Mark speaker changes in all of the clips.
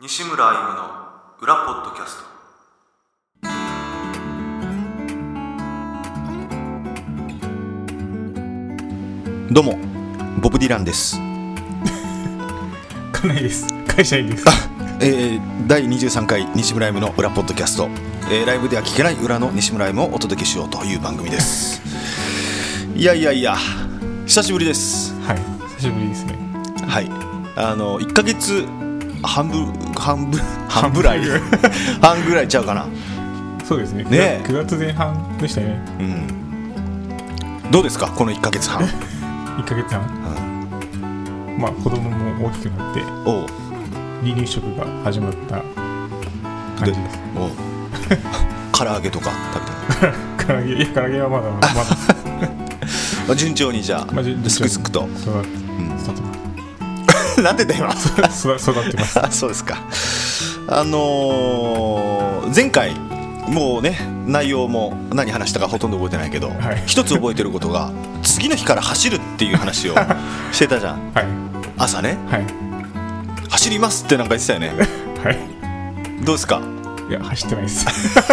Speaker 1: 西村歩夢の裏ポッドキャスト
Speaker 2: どうもボブ・ディランです、
Speaker 3: 家内です会社員 です
Speaker 2: えー、第23回西村歩夢の裏ポッドキャスト、えーライブでは聞けない裏の西村歩夢をお届けしようという番組ですいやいやいや久しぶりです
Speaker 3: はい久しぶりですね
Speaker 2: はいあの1ヶ月半分半 分半ぐらい
Speaker 3: 半
Speaker 2: 半ぐらいちゃうかな
Speaker 3: そうですね
Speaker 2: ねえ
Speaker 3: 9月前半でしたね
Speaker 2: うんどうですかこの1ヶ月 半
Speaker 3: 1ヶ月半、まあ子供も大きくなって
Speaker 2: おう
Speaker 3: 離乳食が始まった感じです
Speaker 2: おう唐揚げとか食べて
Speaker 3: 唐揚げいや唐揚げはまだまだまだ
Speaker 2: るあ順調にじゃあ、
Speaker 3: まあ順調に
Speaker 2: すくすくと
Speaker 3: 育って
Speaker 2: なんて言った今
Speaker 3: 育って育ってます
Speaker 2: あ そうですか。あのー前回もうね内容も何話したかほとんど覚えてないけど、
Speaker 3: はい
Speaker 2: 一つ覚えてることが次の日から走るっていう話 をしてたじゃん
Speaker 3: はい
Speaker 2: 朝ね
Speaker 3: はい
Speaker 2: 走りますってなんか言ってたよね
Speaker 3: は
Speaker 2: どうですか
Speaker 3: いいや走ってないです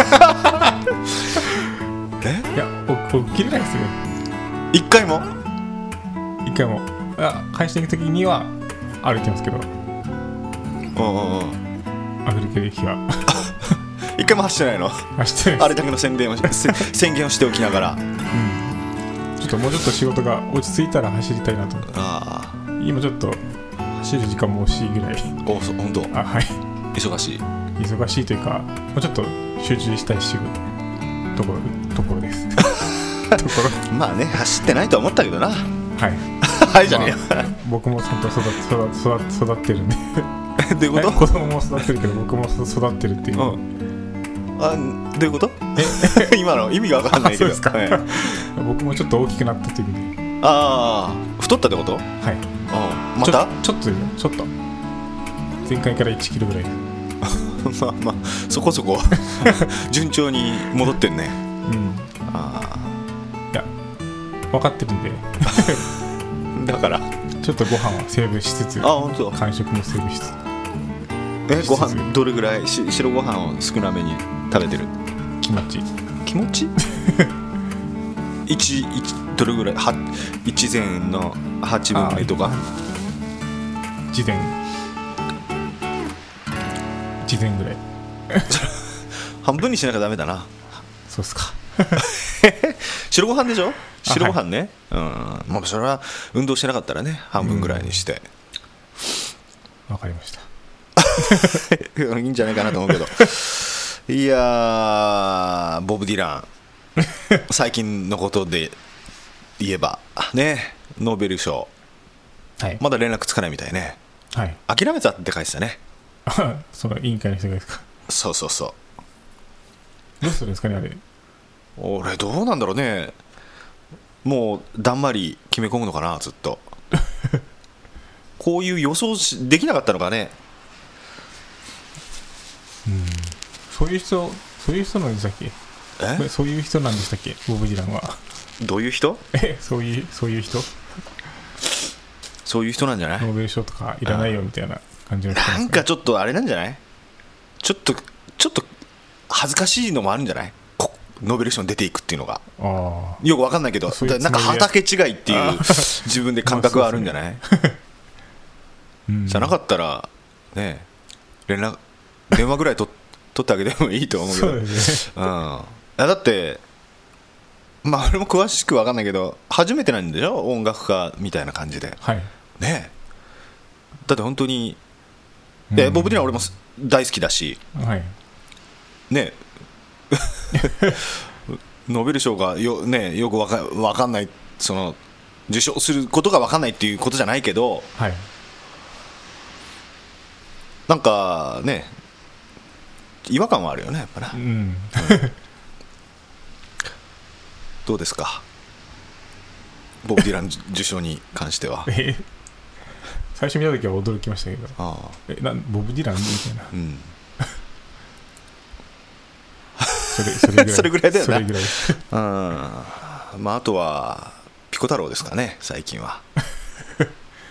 Speaker 2: え
Speaker 3: いやお起きれないですね
Speaker 2: 一回も
Speaker 3: 一回もあ会社行く時には歩いてますけど
Speaker 2: うんうんうん
Speaker 3: 歩ける日は
Speaker 2: 一回も走ってないの
Speaker 3: 走ってない
Speaker 2: あれだけの宣伝をしせ宣言をしておきながら
Speaker 3: ちょっともうちょっと仕事が落ち着いたら走りたいなと思って
Speaker 2: あ
Speaker 3: 今ちょっと走る時間も惜しいぐらい
Speaker 2: あおそう本当
Speaker 3: あはい
Speaker 2: 忙しい
Speaker 3: 忙しいというかもうちょっと集中したい仕事ところところです ところ
Speaker 2: まあね走ってないとは思ったけどな
Speaker 3: はい
Speaker 2: はいじゃねえよ、
Speaker 3: まあ僕もちゃんと育育育育ってるんで
Speaker 2: どういうこ
Speaker 3: 子供も育ってるけど僕も育ってるっていう、
Speaker 2: と、うん、あどういうこと 今の意味が分かんないけど
Speaker 3: あそうですか
Speaker 2: え え
Speaker 3: 僕もちょっと大きくなったという意味で
Speaker 2: ああ太ったってこと
Speaker 3: はい
Speaker 2: また
Speaker 3: ちょちょっとよちょっと前回から1キロぐらい
Speaker 2: まあ まあそこそこ 順調に戻ってんね
Speaker 3: うん
Speaker 2: あ
Speaker 3: いや分かってるんで
Speaker 2: あだからあ
Speaker 3: ちょっとご飯はセーブしつつ
Speaker 2: 本当
Speaker 3: 完食もセーブしつつ
Speaker 2: えご飯どれぐらいし白ご飯を少なめに食べてる
Speaker 3: 気持ち
Speaker 2: 気持ち 一一どれぐらいは一膳の八分目とか
Speaker 3: 事前事前ぐらい
Speaker 2: 半分にしなきゃダメだな
Speaker 3: そうっすか
Speaker 2: 白ご飯でしょ白ご飯ね、うんまあそれは運動してなかったらね半分ぐらいにして、
Speaker 3: わかりました
Speaker 2: いいんじゃないかなと思う けどいやーボブ・ディ ラン最近のことで言えばねノーベル賞
Speaker 3: はい、
Speaker 2: まだ連絡つかないみたいね
Speaker 3: はい
Speaker 2: 諦めたって書いてたね
Speaker 3: その委員会の人がですか
Speaker 2: そうそうそ
Speaker 3: どうするんですかねあれ
Speaker 2: う俺どうなんだろうねもうだんまり決め込むのかなずっ とこういう予想しできなかったのかね
Speaker 3: そういう人そういう人なんでしたっけ
Speaker 2: え
Speaker 3: これそういう人なんでしたっけボブ・ディランは
Speaker 2: どういう人
Speaker 3: えそういうそういう人
Speaker 2: そういう人なんじゃない
Speaker 3: ノーベル賞とかいらないよみたいな感じの人
Speaker 2: な
Speaker 3: です
Speaker 2: んかちょっとあれなんじゃないちょっとちょっと恥ずかしいのもあるんじゃないこノーベル賞に出ていくっていうのが
Speaker 3: ああ
Speaker 2: よくわかんないけど
Speaker 3: そういう
Speaker 2: だなんか
Speaker 3: つもりで
Speaker 2: 畑違いっていう自分で感覚はあるんじゃない、
Speaker 3: う ん
Speaker 2: じゃなかったらね連絡電話ぐらいと取ってあげてもいいと思うけど
Speaker 3: そうですね
Speaker 2: うん、あだってまあ俺も詳しくわかんないけど初めてなんでしょ音楽家みたいな感じで
Speaker 3: はい
Speaker 2: ねだって本当にいやボブ・ディラン俺もす大好きだし
Speaker 3: はい
Speaker 2: ね ノーベル賞がよ,、ね、よくわかわかんないその受賞することがわかんないっていうことじゃないけど
Speaker 3: はい
Speaker 2: なんかね違和感はあるよねやっぱな、
Speaker 3: うん
Speaker 2: どうですかボブ・ディラン受 賞に関しては
Speaker 3: え最初見た時は驚きましたけど
Speaker 2: ああ
Speaker 3: えなんボブ・ディランみたいな
Speaker 2: うん
Speaker 3: それそれぐ らい
Speaker 2: それぐらいだよな
Speaker 3: それぐらい
Speaker 2: うんまああとはピコ太郎ですかね最近 は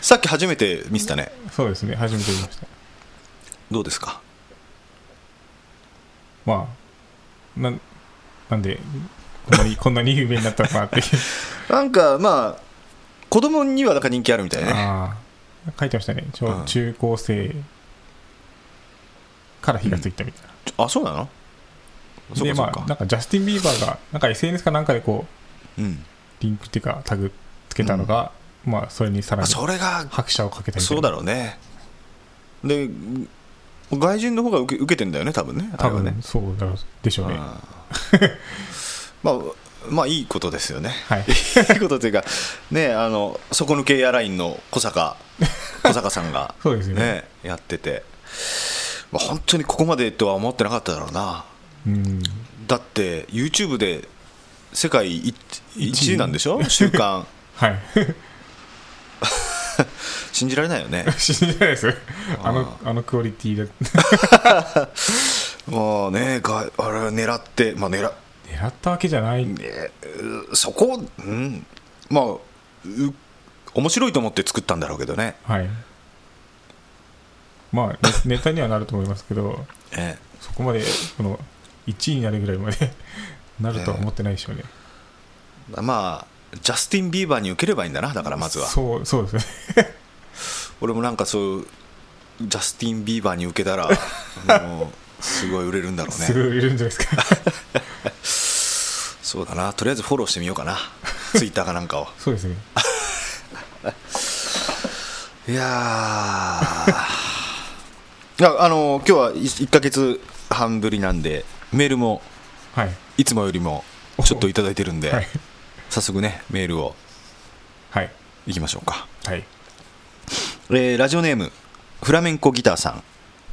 Speaker 2: さっき初めて見せたね
Speaker 3: そうですね初めて見ました
Speaker 2: どうですか
Speaker 3: まあなんなんでこんなに こんなに有名になったのかなっ ていう
Speaker 2: なんかまあ子供にはなんか人気あるみたいね
Speaker 3: ああ書いてましたね小、
Speaker 2: うん
Speaker 3: 中高生から火がついたみたいな、
Speaker 2: あそうなのそう
Speaker 3: で
Speaker 2: かそ
Speaker 3: ま
Speaker 2: う
Speaker 3: あ
Speaker 2: か、
Speaker 3: なんかジャスティン・ビーバーがなんか SNS かなんかでこう
Speaker 2: うん、
Speaker 3: リンクっていうかタグつけたのが、まあそれにさら
Speaker 2: あ
Speaker 3: に
Speaker 2: それが
Speaker 3: 拍車をかけたみたいな
Speaker 2: そうだろうねで外人の方が受け受けてんだよね多分ねあ
Speaker 3: 多
Speaker 2: れはね
Speaker 3: 分そうだろうでしょうね
Speaker 2: あー まあまあいいことですよ ね、
Speaker 3: はい
Speaker 2: いいことというかねあの底抜けエアラインの小 坂小坂さんが
Speaker 3: そうですよね
Speaker 2: ねやってて、まあ、本当にここまでとは思ってなかっただろうな
Speaker 3: うん
Speaker 2: だって YouTube で世界一一位なんでしょ週間
Speaker 3: はい
Speaker 2: 信じられないよね
Speaker 3: 信じられないですあのあのクオリティで
Speaker 2: まあねがあれ狙ってまあ狙っ
Speaker 3: 狙ったわけじゃない
Speaker 2: えーそこ、うん、まあう面白いと思って作ったんだろうけどね、
Speaker 3: はいまあ ネネタにはなると思いますけど
Speaker 2: え
Speaker 3: そこまでこの1位になるぐらいまで なるとは思ってないでしょうね、
Speaker 2: えまあジャスティン・ビーバーに受ければいいんだなだからまずは
Speaker 3: そうそうですね
Speaker 2: 俺もなんかそういうジャスティン・ビーバーに受けた らもうすごい売れるんだろう
Speaker 3: す
Speaker 2: ね
Speaker 3: ぐいるんじゃないです か
Speaker 2: そうだなとりあえずフォローしてみようかなツイッターかなんかを
Speaker 3: そうですね
Speaker 2: いやー いやあの今日は1か月半ぶりなんでメールも
Speaker 3: はい
Speaker 2: いつもよりもちょっといただいてるんで、
Speaker 3: はい
Speaker 2: 早速ねメールを
Speaker 3: はい
Speaker 2: いきましょうか、
Speaker 3: はい
Speaker 2: えーラジオネームフラメンコギターさん、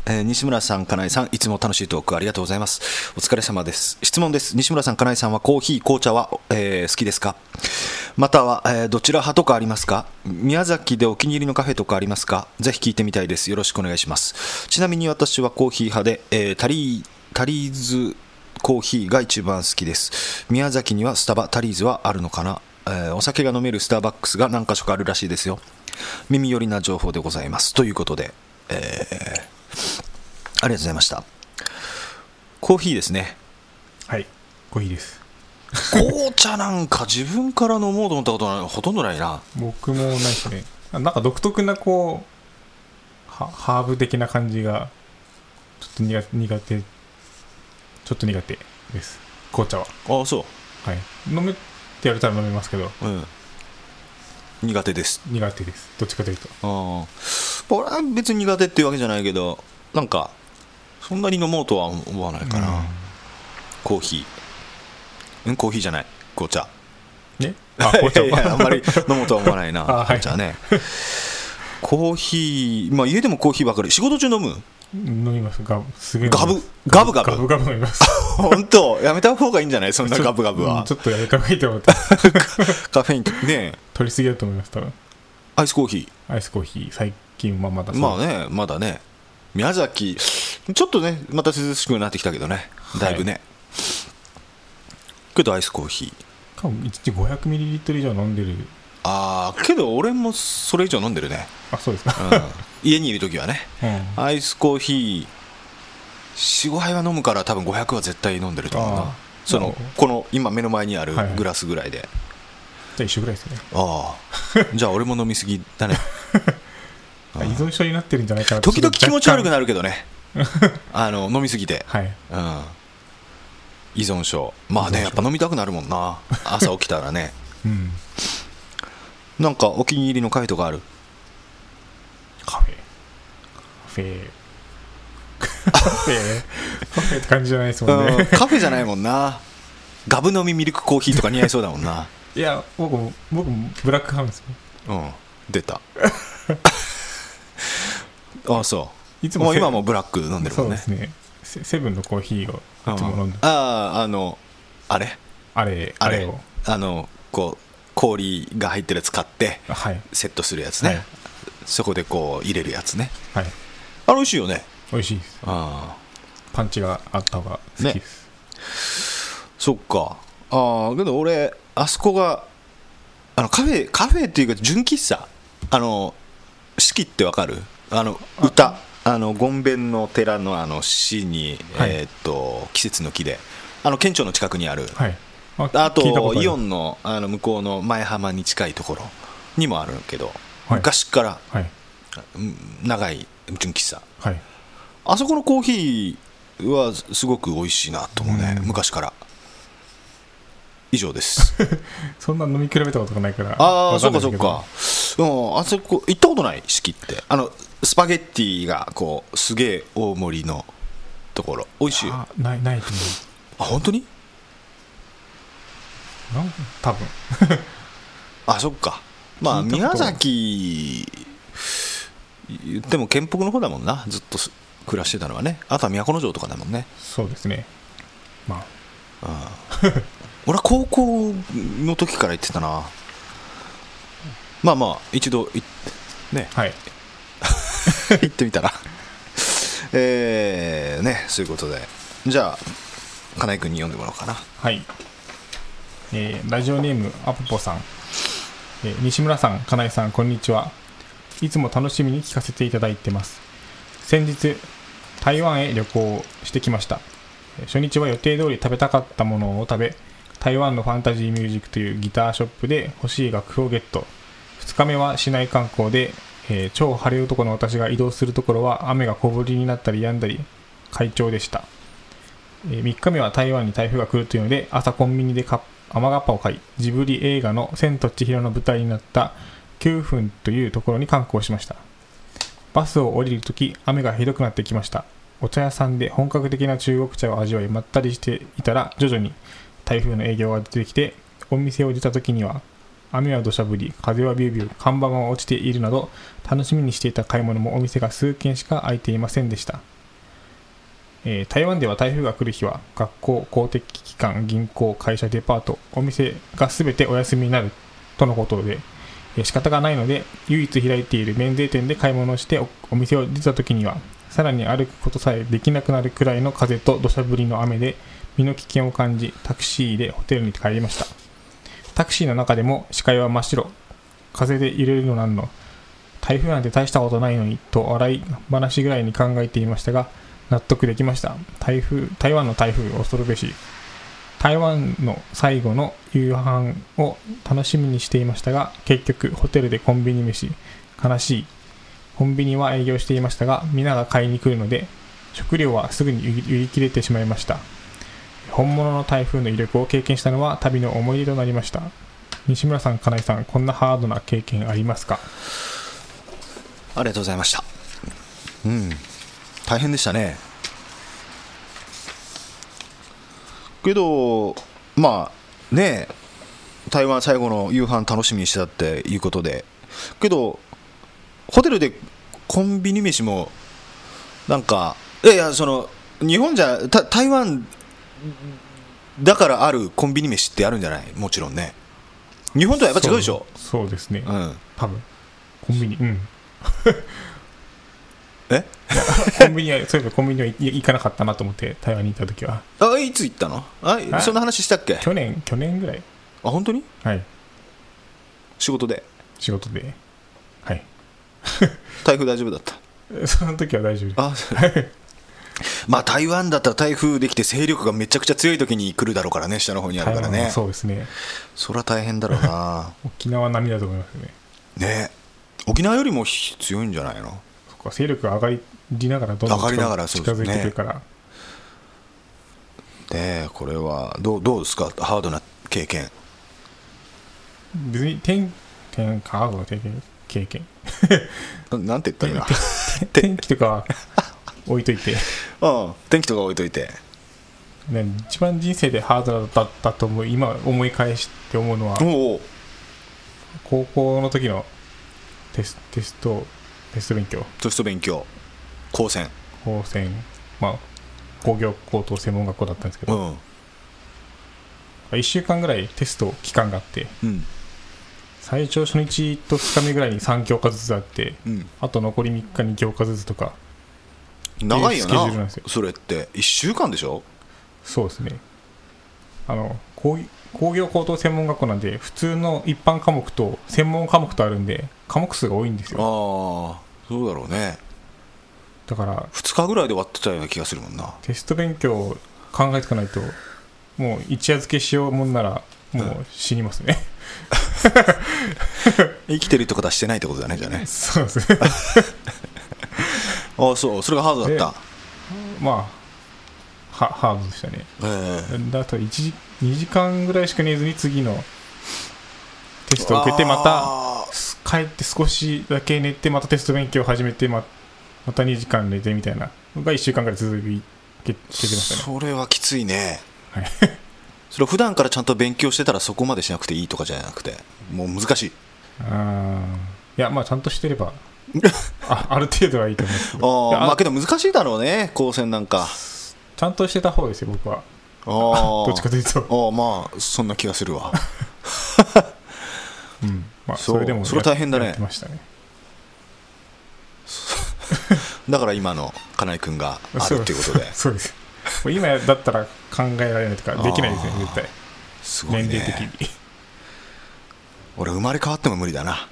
Speaker 2: えー西村さん金井さんいつも楽しいトークありがとうございますお疲れ様です質問です西村さん金井さんはコーヒー紅茶は、えー好きですかまたは、えーどちら派とかありますか宮崎でお気に入りのカフェとかありますかぜひ聞いてみたいですよろしくお願いしますちなみに私はコーヒー派で、えータリータリーズコーヒーが一番好きです宮崎にはスタバタリーズはあるのかな、えーお酒が飲めるスターバックスが何か所かあるらしいですよ耳寄りな情報でございますということで、えーありがとうございましたコーヒーですね
Speaker 3: はいコーヒーです
Speaker 2: 紅茶なんか自分から飲もうと思ったことはほとんどないな
Speaker 3: 僕もないですねあなんか独特なこうはハーブ的な感じがちょっと苦苦手ちょっと苦手です紅茶は
Speaker 2: ああそ
Speaker 3: はい飲めって言われたら飲めますけど
Speaker 2: ううん苦手です
Speaker 3: 苦手ですどっちかというと
Speaker 2: ああ俺は別に苦手っていうわけじゃないけどなんかそんなに飲もうとは思わないかな、
Speaker 3: うん
Speaker 2: コーヒーんコーヒーじゃない紅 茶
Speaker 3: ねあ紅 茶
Speaker 2: いやいやあんまり飲もうとは思わないな
Speaker 3: あは
Speaker 2: 紅
Speaker 3: い
Speaker 2: 茶ねコーヒーまあ家でもコーヒーばかり仕事中飲む
Speaker 3: 飲みますがすぐ飲みま
Speaker 2: ガ
Speaker 3: す
Speaker 2: ブガブガブ
Speaker 3: ガブガブ飲みます
Speaker 2: 本当やめた方がいいんじゃないそ んなガブガブ
Speaker 3: うん
Speaker 2: は
Speaker 3: ちょっとやめた方がいいと思って
Speaker 2: カフェインね
Speaker 3: 取りすぎだと思います多分
Speaker 2: アイスコーヒ
Speaker 3: アイスコーヒー最近はまだ
Speaker 2: ーまあねまだね宮崎ちょっとねまた涼しくなってきたけどねだいぶね、けどアイスコーヒー
Speaker 3: 多分1日 500ml 以上飲んでる
Speaker 2: ああけど俺もそれ以上飲んでるね、
Speaker 3: あそうですか、
Speaker 2: う ん、家にいる時はね
Speaker 3: うん、
Speaker 2: アイスコーヒー45杯は飲むから多分500は絶対飲んでると思う
Speaker 3: あ
Speaker 2: な
Speaker 3: あ
Speaker 2: そ
Speaker 3: な
Speaker 2: の
Speaker 3: るほど
Speaker 2: この今目の前にある
Speaker 3: はいはい
Speaker 2: グラスぐらい で、
Speaker 3: じゃあ一緒ぐらいですね
Speaker 2: ああじゃあ俺も飲みすぎだね
Speaker 3: あ依存症になってるんじゃないかな
Speaker 2: 時々気持ち悪く
Speaker 3: る
Speaker 2: なるけど ねあの飲みすぎて、
Speaker 3: はい
Speaker 2: うん、依存症まあね
Speaker 3: 依存症
Speaker 2: やっぱ飲みたくなるもんな朝起きたらね
Speaker 3: うん
Speaker 2: なんかお気に入りのカフェとかある
Speaker 3: カフェカ フェカフェカフェって感じじゃないですもん
Speaker 2: うん
Speaker 3: ね
Speaker 2: カフェじゃないもんなガブ飲みミルクコーヒーとか似合いそうだもんな
Speaker 3: いや僕も僕もブラックハウス
Speaker 2: うん出 たああそう
Speaker 3: いつも
Speaker 2: もう
Speaker 3: セ
Speaker 2: 今はもうブラック飲んでるも
Speaker 3: そ
Speaker 2: ん
Speaker 3: うで
Speaker 2: ね
Speaker 3: すねセセブンのコーヒーを
Speaker 2: うん
Speaker 3: いつも飲んで
Speaker 2: あああのあれ
Speaker 3: あれ
Speaker 2: あ
Speaker 3: あ
Speaker 2: れ
Speaker 3: れを
Speaker 2: あのこう氷が入ってるやつ買って
Speaker 3: はい
Speaker 2: セットするやつね、
Speaker 3: はい
Speaker 2: そこでこう入れるやつね
Speaker 3: はい
Speaker 2: あれ美味しいよね
Speaker 3: 美味しいです
Speaker 2: あ
Speaker 3: パンチがあった方が好きです、
Speaker 2: あそっかああけど俺あそこがあのカフェカフェっていうか純喫茶あの四季ってわかるあの歌あのゴンベンの寺のあの市に、
Speaker 3: はい
Speaker 2: えーっと季節の木であの県庁の近くにある、
Speaker 3: はいあ
Speaker 2: あ
Speaker 3: 聞いたことある
Speaker 2: イオンのあの向こうの前浜に近いところにもあるけど、
Speaker 3: はい
Speaker 2: 昔から
Speaker 3: はい
Speaker 2: うん長い純喫茶
Speaker 3: はい
Speaker 2: あそこのコーヒーはすごく美味しいなと思うね、
Speaker 3: うん
Speaker 2: 昔から以上です
Speaker 3: そんな飲み比べたことがないから
Speaker 2: ああ
Speaker 3: わ
Speaker 2: そ
Speaker 3: か
Speaker 2: うんか
Speaker 3: ないけ
Speaker 2: そう
Speaker 3: ど
Speaker 2: かうんあそこ行ったことない四季ってあのスパゲッティがこうすげえ大盛りのところ美味しいよあ
Speaker 3: あないないと思
Speaker 2: 本当に
Speaker 3: うなん多分
Speaker 2: あそっかまあ
Speaker 3: 聞いたこ
Speaker 2: 宮
Speaker 3: とは
Speaker 2: 崎言っても県北の方だもんなずっとす暮らしてたのはねあとは都城とかだもんね
Speaker 3: そうですねまあ
Speaker 2: 俺は高校の時から行ってたなまあまあ一度行っ ね
Speaker 3: はい
Speaker 2: 行ってみたらえー、ねそういうことでじゃあ金井君に読んでもらおうかな
Speaker 3: はい、えーラジオネームアポポさん、えー西村さん、金井さん、こんにちはいつも楽しみに聞かせていただいてます先日台湾へ旅行をしてきましたえー初日は予定通り食べたかったものを食べ台湾のファンタジーミュージックというギターショップで欲しい楽譜をゲット2日目は市内観光で、えー超晴れ男の私が移動するところは雨が小降りになったり止んだり快調でした3日目は台湾に台風が来るというので朝コンビニでか雨がっぱを買いジブリ映画の「千と千尋」の舞台になった9分というところに観光しましたバスを降りるとき雨がひどくなってきましたお茶屋さんで本格的な中国茶を味わいまったりしていたら徐々に台風の営業が出てきてお店を出たときには雨は土砂降り風はビュービュー看板は落ちているなど楽しみにしていた買い物もお店が数軒しか開いていませんでしたえー台湾では台風が来る日は学校、公的機関、銀行、会社、デパート、お店が全てお休みになるとのことで、えー仕方がないので唯一開いている免税店で買い物をしておお店を出た時にはさらに歩くことさえできなくなるくらいの風と土砂降りの雨で身の危険を感じタクシーでホテルに帰りましたタクシーの中でも視界は真っ白風で揺れるのなんの台風なんて大したことないのにと笑い話ぐらいに考えていましたが納得できました台風台湾の台風恐るべし台湾の最後の夕飯を楽しみにしていましたが結局ホテルでコンビニ飯悲しいコンビニは営業していましたが皆が買いに来るので食料はすぐに売り売り切れてしまいました本物の台風の威力を経験したのは旅の思い出となりました西村さん金井さんこんなハードな経験ありますか
Speaker 2: ありがとうございましたうん大変でしたねけどまあねえ台湾最後の夕飯楽しみにしてたっていうことでけどホテルでコンビニ飯もなんかいやいやその日本じゃた台湾だからあるコンビニ飯ってあるんじゃないもちろんね日本とはやっぱ違うでしょ
Speaker 3: そうそうですね、
Speaker 2: うん
Speaker 3: 多分コンビニうん
Speaker 2: え
Speaker 3: コンビニはそういえばコンビニはい行かなかったなと思って台湾に行った時は
Speaker 2: あいつ行ったのあ
Speaker 3: あ
Speaker 2: そんな話したっけあ
Speaker 3: 去年去年ぐらい
Speaker 2: 本当に
Speaker 3: はい
Speaker 2: 仕事で
Speaker 3: 仕事で はい
Speaker 2: 台風大丈夫だった
Speaker 3: えその時は大丈夫で
Speaker 2: あまあ台湾だったら台風できて勢力がめちゃくちゃ強い時に来るだろうからね下の方に
Speaker 3: す
Speaker 2: あるから
Speaker 3: 台湾は
Speaker 2: ね
Speaker 3: そうですね
Speaker 2: そりゃ大変だろう な
Speaker 3: 沖縄並みだと思いますね
Speaker 2: ね沖縄よりもひ強いんじゃないの
Speaker 3: そこは勢力が上がりながらどんどん
Speaker 2: 上がりながら
Speaker 3: 近
Speaker 2: そうですね
Speaker 3: づいてくるから
Speaker 2: ねえこれはどうどうですかハードな経験
Speaker 3: 別に天天カードの経験 経験
Speaker 2: ななんて言ったらいいな
Speaker 3: 天気とかは置いといて
Speaker 2: うん天気とか置いといて
Speaker 3: ね一番人生でハードだったと思う今思い返して思うのは
Speaker 2: おお
Speaker 3: 高校の時のテステストテスト勉強
Speaker 2: テスト勉強高専
Speaker 3: 高専まあ工業高等専門学校だったんですけ
Speaker 2: う
Speaker 3: ど、
Speaker 2: ん
Speaker 3: 一1週間ぐらいテスト期間があって
Speaker 2: うん
Speaker 3: 最長初日と2日目ぐらいに3教科ずつあって
Speaker 2: うん
Speaker 3: あと残り3日に教科ずつとか
Speaker 2: 長いよ
Speaker 3: スケジュールなん
Speaker 2: な
Speaker 3: ですよ
Speaker 2: それって1週間でしょ
Speaker 3: そうですねあの工工業高等専門学校なんで普通の一般科目と専門科目とあるんで科目数が多いんですよ
Speaker 2: ああそうだろうね
Speaker 3: だから
Speaker 2: 2日ぐらいで終わってたような気がするもんな
Speaker 3: テスト勉強を考えていかないともう一夜漬けしようもんならもう死 にますね、
Speaker 2: 生きてるってことはしてないってことだねじゃあね
Speaker 3: そうですね
Speaker 2: ああそうそれがハードだっ
Speaker 3: まあはハードでしたね
Speaker 2: たええ
Speaker 3: だと1時2時間ぐらいしか寝ずに次のテストを受けてまた
Speaker 2: あー
Speaker 3: す帰って少しだけ寝てまたテスト勉強を始めてままた2時間寝てみたいなのが1週間ぐらい続けてましたね
Speaker 2: それはきついね
Speaker 3: はい
Speaker 2: それ普段からちゃんと勉強してたらそこまでしなくていいとかじゃなくてもう難しい
Speaker 3: あーいやまあちゃんとしてればあある程度はいいと思いますけ
Speaker 2: あ
Speaker 3: どい
Speaker 2: ー
Speaker 3: や
Speaker 2: まあけど難しいだろうね高専なんか
Speaker 3: ちゃんとしてた方ですよ僕
Speaker 2: あ
Speaker 3: は どっち
Speaker 2: ー
Speaker 3: かというと、
Speaker 2: あーまあそんな気がするわ
Speaker 3: うんまあ、
Speaker 2: そう
Speaker 3: それでも
Speaker 2: それ大変だね
Speaker 3: やってましたね
Speaker 2: だから今の金井君があるっていうことで
Speaker 3: そうですもう今だったら考えられないとかできないですね絶対
Speaker 2: すごい
Speaker 3: 年齢的
Speaker 2: ね
Speaker 3: に
Speaker 2: 俺生まれ変わっても無理だな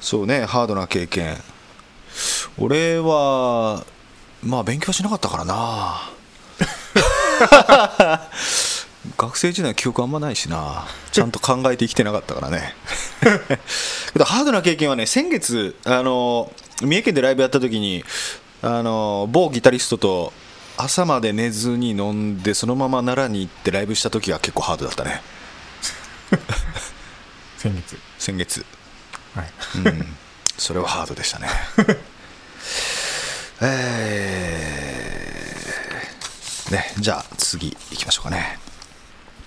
Speaker 2: そうねハードな経験俺はまあ勉強しなかったからな学生時代の記憶あんまないしなちゃんと考えて生きてなかったからねけどハードな経験はね先月あの三重県でライブやった時にあの某ギタリストと朝まで寝ずに飲んでそのまま奈良に行ってライブした時は結構ハードだったね
Speaker 3: 先月
Speaker 2: 先月
Speaker 3: はい
Speaker 2: うんそれはハードでしたね えーねじゃあ次行きましょうかね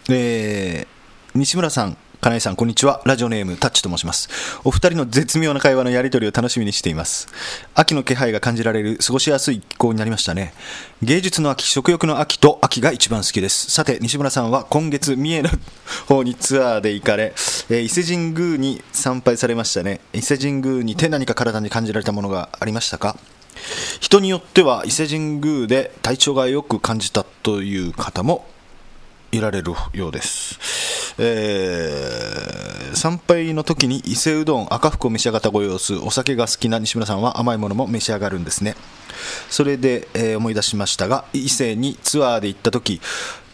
Speaker 2: えー西村さん金井さんこんにちはラジオネームタッチと申しますお二人の絶妙な会話のやり取りを楽しみにしています秋の気配が感じられる過ごしやすい気候になりましたね芸術の秋食欲の秋と秋が一番好きですさて西村さんは今月三重の 方にツアーで行かれ、えー伊勢神宮に参拝されましたね伊勢神宮にて何か体に感じられたものがありましたか人によっては伊勢神宮で体調がよく感じたという方もいられるようです、えー参拝の時に伊勢うどん赤福を召し上がったご様子お酒が好きな西村さんは甘いものも召し上がるんですねそれで、えー思い出しましたが伊勢にツアーで行った時、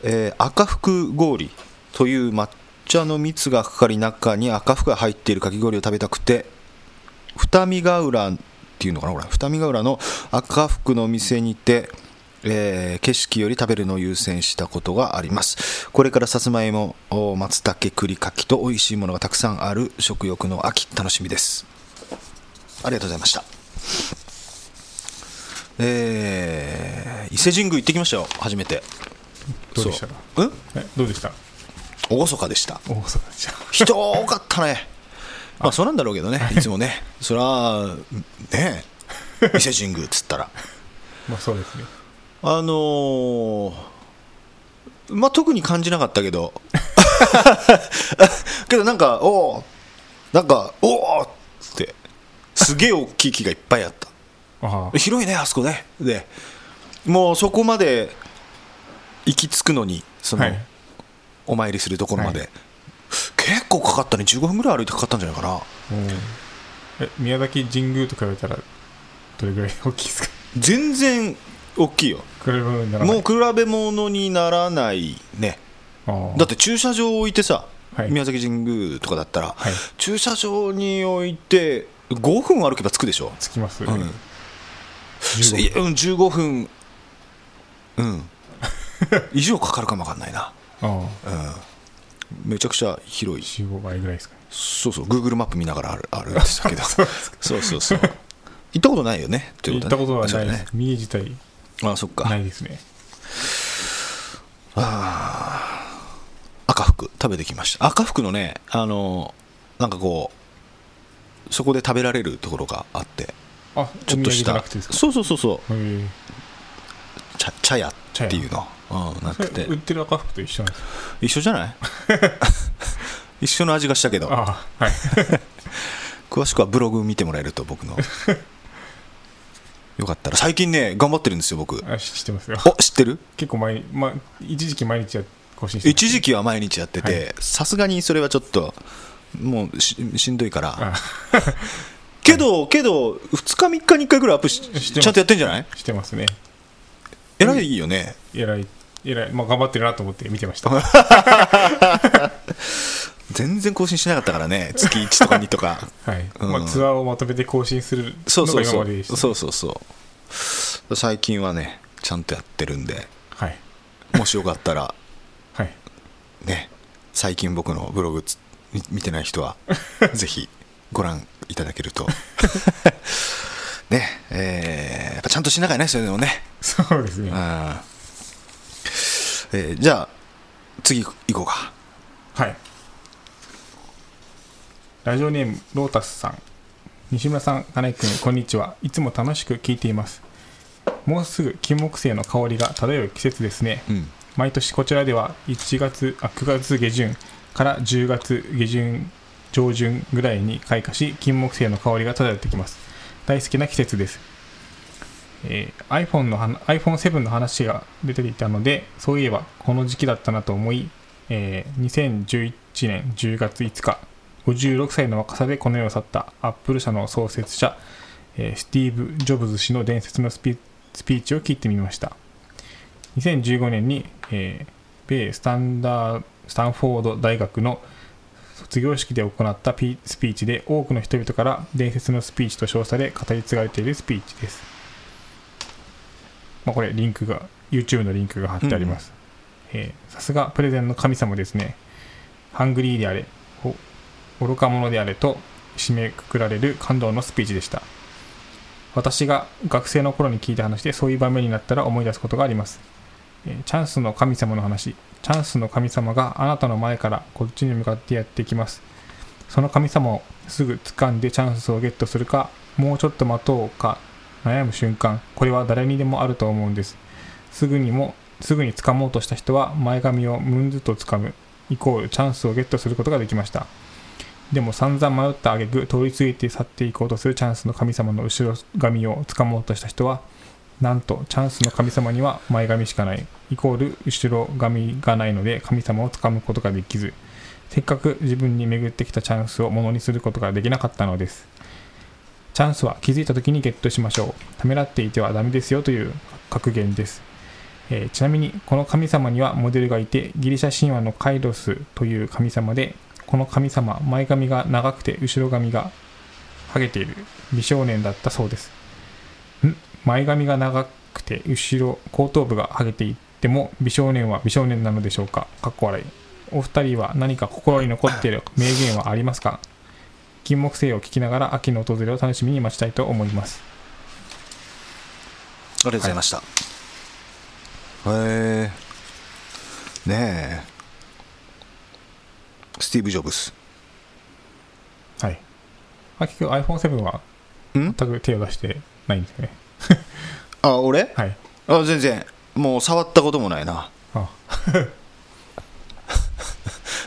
Speaker 2: えー赤福氷という抹茶の蜜がかかり中に赤福が入っているかき氷を食べたくて二見ヶ浦っていうのかなこれ二見ヶ浦の赤福のお店にて、えー景色より食べるのを優先したことがありますこれからさつまいもお松茸栗かきと美味しいものがたくさんある食欲の秋楽しみですありがとうございましたえー伊勢神宮行ってきましたよ初めて
Speaker 3: どうでしたか
Speaker 2: そううん
Speaker 3: えどうでした
Speaker 2: 厳かでした
Speaker 3: おおそうでした
Speaker 2: 人多かったねまあそうなんだろうけどねいつもねそれはね伊勢神宮っつった ら
Speaker 3: まあそうですね
Speaker 2: あのーまあ特に感じなかったけど けどなんかおおなんかおおってすげえ大きい木がいっぱいあった
Speaker 3: ああ
Speaker 2: 広いねあそこねでもうそこまで行き着くのにその、
Speaker 3: はい
Speaker 2: お参りするところまで、
Speaker 3: はい
Speaker 2: 結構かかったね15分ぐらい歩いてかかったんじゃないかな
Speaker 3: うんえ宮崎神宮と比べたらどれぐらい大きいですか
Speaker 2: 全然大きいよ
Speaker 3: 比べ物にならな
Speaker 2: も
Speaker 3: いう
Speaker 2: 比べ物にならないね
Speaker 3: ああ
Speaker 2: だって駐車場置いてさ、
Speaker 3: はい
Speaker 2: 宮崎神宮とかだったら、
Speaker 3: はい
Speaker 2: 駐車場に置いて5分歩けば着くでしょ、
Speaker 3: つきます、
Speaker 2: うんい
Speaker 3: 15
Speaker 2: やうん、15分うん 以上かかるかもわかんないな
Speaker 3: ああ
Speaker 2: めちゃくちゃ広いし
Speaker 3: 15倍ぐらいですかね
Speaker 2: そうそう Google マップ見ながら歩歩いてたけ どそうそうそう行ったことないよねっていう
Speaker 3: 行っ
Speaker 2: こと
Speaker 3: た
Speaker 2: ね
Speaker 3: ことはないです、
Speaker 2: ね
Speaker 3: 三重自体
Speaker 2: あそっか
Speaker 3: ないですね
Speaker 2: 赤福食べてきました赤福のねあのなんかこうそこで食べられるところがあって
Speaker 3: あ
Speaker 2: ちょっとし
Speaker 3: お土産じゃ
Speaker 2: た
Speaker 3: なくてですか
Speaker 2: そうそうそうそう
Speaker 3: へえ
Speaker 2: 茶茶屋っていうのうんなく
Speaker 3: それ
Speaker 2: て
Speaker 3: 売ってる赤服と一緒なんですか
Speaker 2: 一緒じゃない 一緒の味がしたけど
Speaker 3: ああはい
Speaker 2: 詳しくはブログ見てもらえると僕 のよかったら最近ね頑張ってるんですよ僕
Speaker 3: あし知ってますよ
Speaker 2: お知ってる
Speaker 3: 結構毎、ま、一時期毎日は更新して
Speaker 2: 一時期は毎日やって
Speaker 3: は
Speaker 2: てさすがにそれはちょっともうししんどいから
Speaker 3: あ
Speaker 2: けど、けど、2日、3日に1回ぐらいアップし
Speaker 3: してます
Speaker 2: ちゃんとやってんじゃない
Speaker 3: してますね
Speaker 2: 偉いよね。
Speaker 3: えらいえらい、まあ、頑張ってるなと思って見てました
Speaker 2: 全然更新しなかったから ね、月1とか2とか。
Speaker 3: はい、
Speaker 2: うん
Speaker 3: まあ、ツアーをまとめて更新する
Speaker 2: そ
Speaker 3: の
Speaker 2: うそう
Speaker 3: が今
Speaker 2: そ
Speaker 3: までで
Speaker 2: う。
Speaker 3: した
Speaker 2: そうそうそう。最近はね、ちゃんとやってるんで、
Speaker 3: はい
Speaker 2: もしよかったら、
Speaker 3: はい
Speaker 2: ね、最近僕のブログつみ見てない人 は、ぜひご覧いただけると。 ね、えーやっぱちゃんとしなきゃいけないですよね、でもね。
Speaker 3: そうですね
Speaker 2: うん
Speaker 3: は
Speaker 2: えーじゃあ、次行こうか。
Speaker 3: いラジオネームロータスさん西村さん金井君こんにちはいつも楽しく聞いていますもうすぐ金木犀の香りが漂う季節ですね、
Speaker 2: うん。
Speaker 3: 毎年こちらでは1月あ9月下旬から10月下旬上旬ぐらいに開花し金木犀の香りが漂ってきます大好きな季節です、えー iPhone の話 iPhone7 の話が出ていたのでそういえばこの時期だったなと思い、えー2011年10月5日56歳の若さでこの世を去ったアップル社の創設者、えースティーブ・ジョブズ氏の伝説のスピスピーチを聞いてみました2015年に、えー米スタンダースタンフォード大学の卒業式で行ったピスピーチで多くの人々から伝説のスピーチと称され語り継がれているスピーチです、まあ、これリンクが YouTube のリンクが貼ってありますえーさすがプレゼンの神様ですねハングリーであれほ愚か者であれと締めくくられる感動のスピーチでした私が学生の頃に聞いた話でそういう場面になったら思い出すことがありますえーチャンスの神様の話チャンスの神様があなたの前からこっちに向かってやってきますその神様をすぐ掴んでチャンスをゲットするかもうちょっと待とうか悩む瞬間これは誰にでもあると思うんですすぐにもすぐに掴もうとした人は前髪をムンズと掴むイコールチャンスをゲットすることができましたでも散々迷った挙句通り過ぎて去っていこうとするチャンスの神様の後ろ髪を掴もうとした人はなんとチャンスの神様には前髪しかないイコール後ろ髪がないので神様をつかむことができずせっかく自分に巡ってきたチャンスをものにすることができなかったのですチャンスは気づいた時にゲットしましょうためらっていてはダメですよという格言です、えーちなみにこの神様にはモデルがいてギリシャ神話のカイロスという神様でこの神様前髪が長くて後ろ髪がハゲている美少年だったそうですん前髪が長くて後ろ後頭部がハゲていっても美少年は美少年なのでしょうかかっこ笑いお二人は何か心に残っている名言はありますか金木犀を聞きながら秋の訪れを楽しみに待ちたいと思います
Speaker 2: ありがとうございました。へえ。ねえ。スティーブ・ジョブズ。
Speaker 3: はいあ結局 iPhone7 は
Speaker 2: ん
Speaker 3: 全く手を出してないんですよね
Speaker 2: あ、俺
Speaker 3: はい
Speaker 2: あ、全然。もう触ったこともないな。
Speaker 3: あ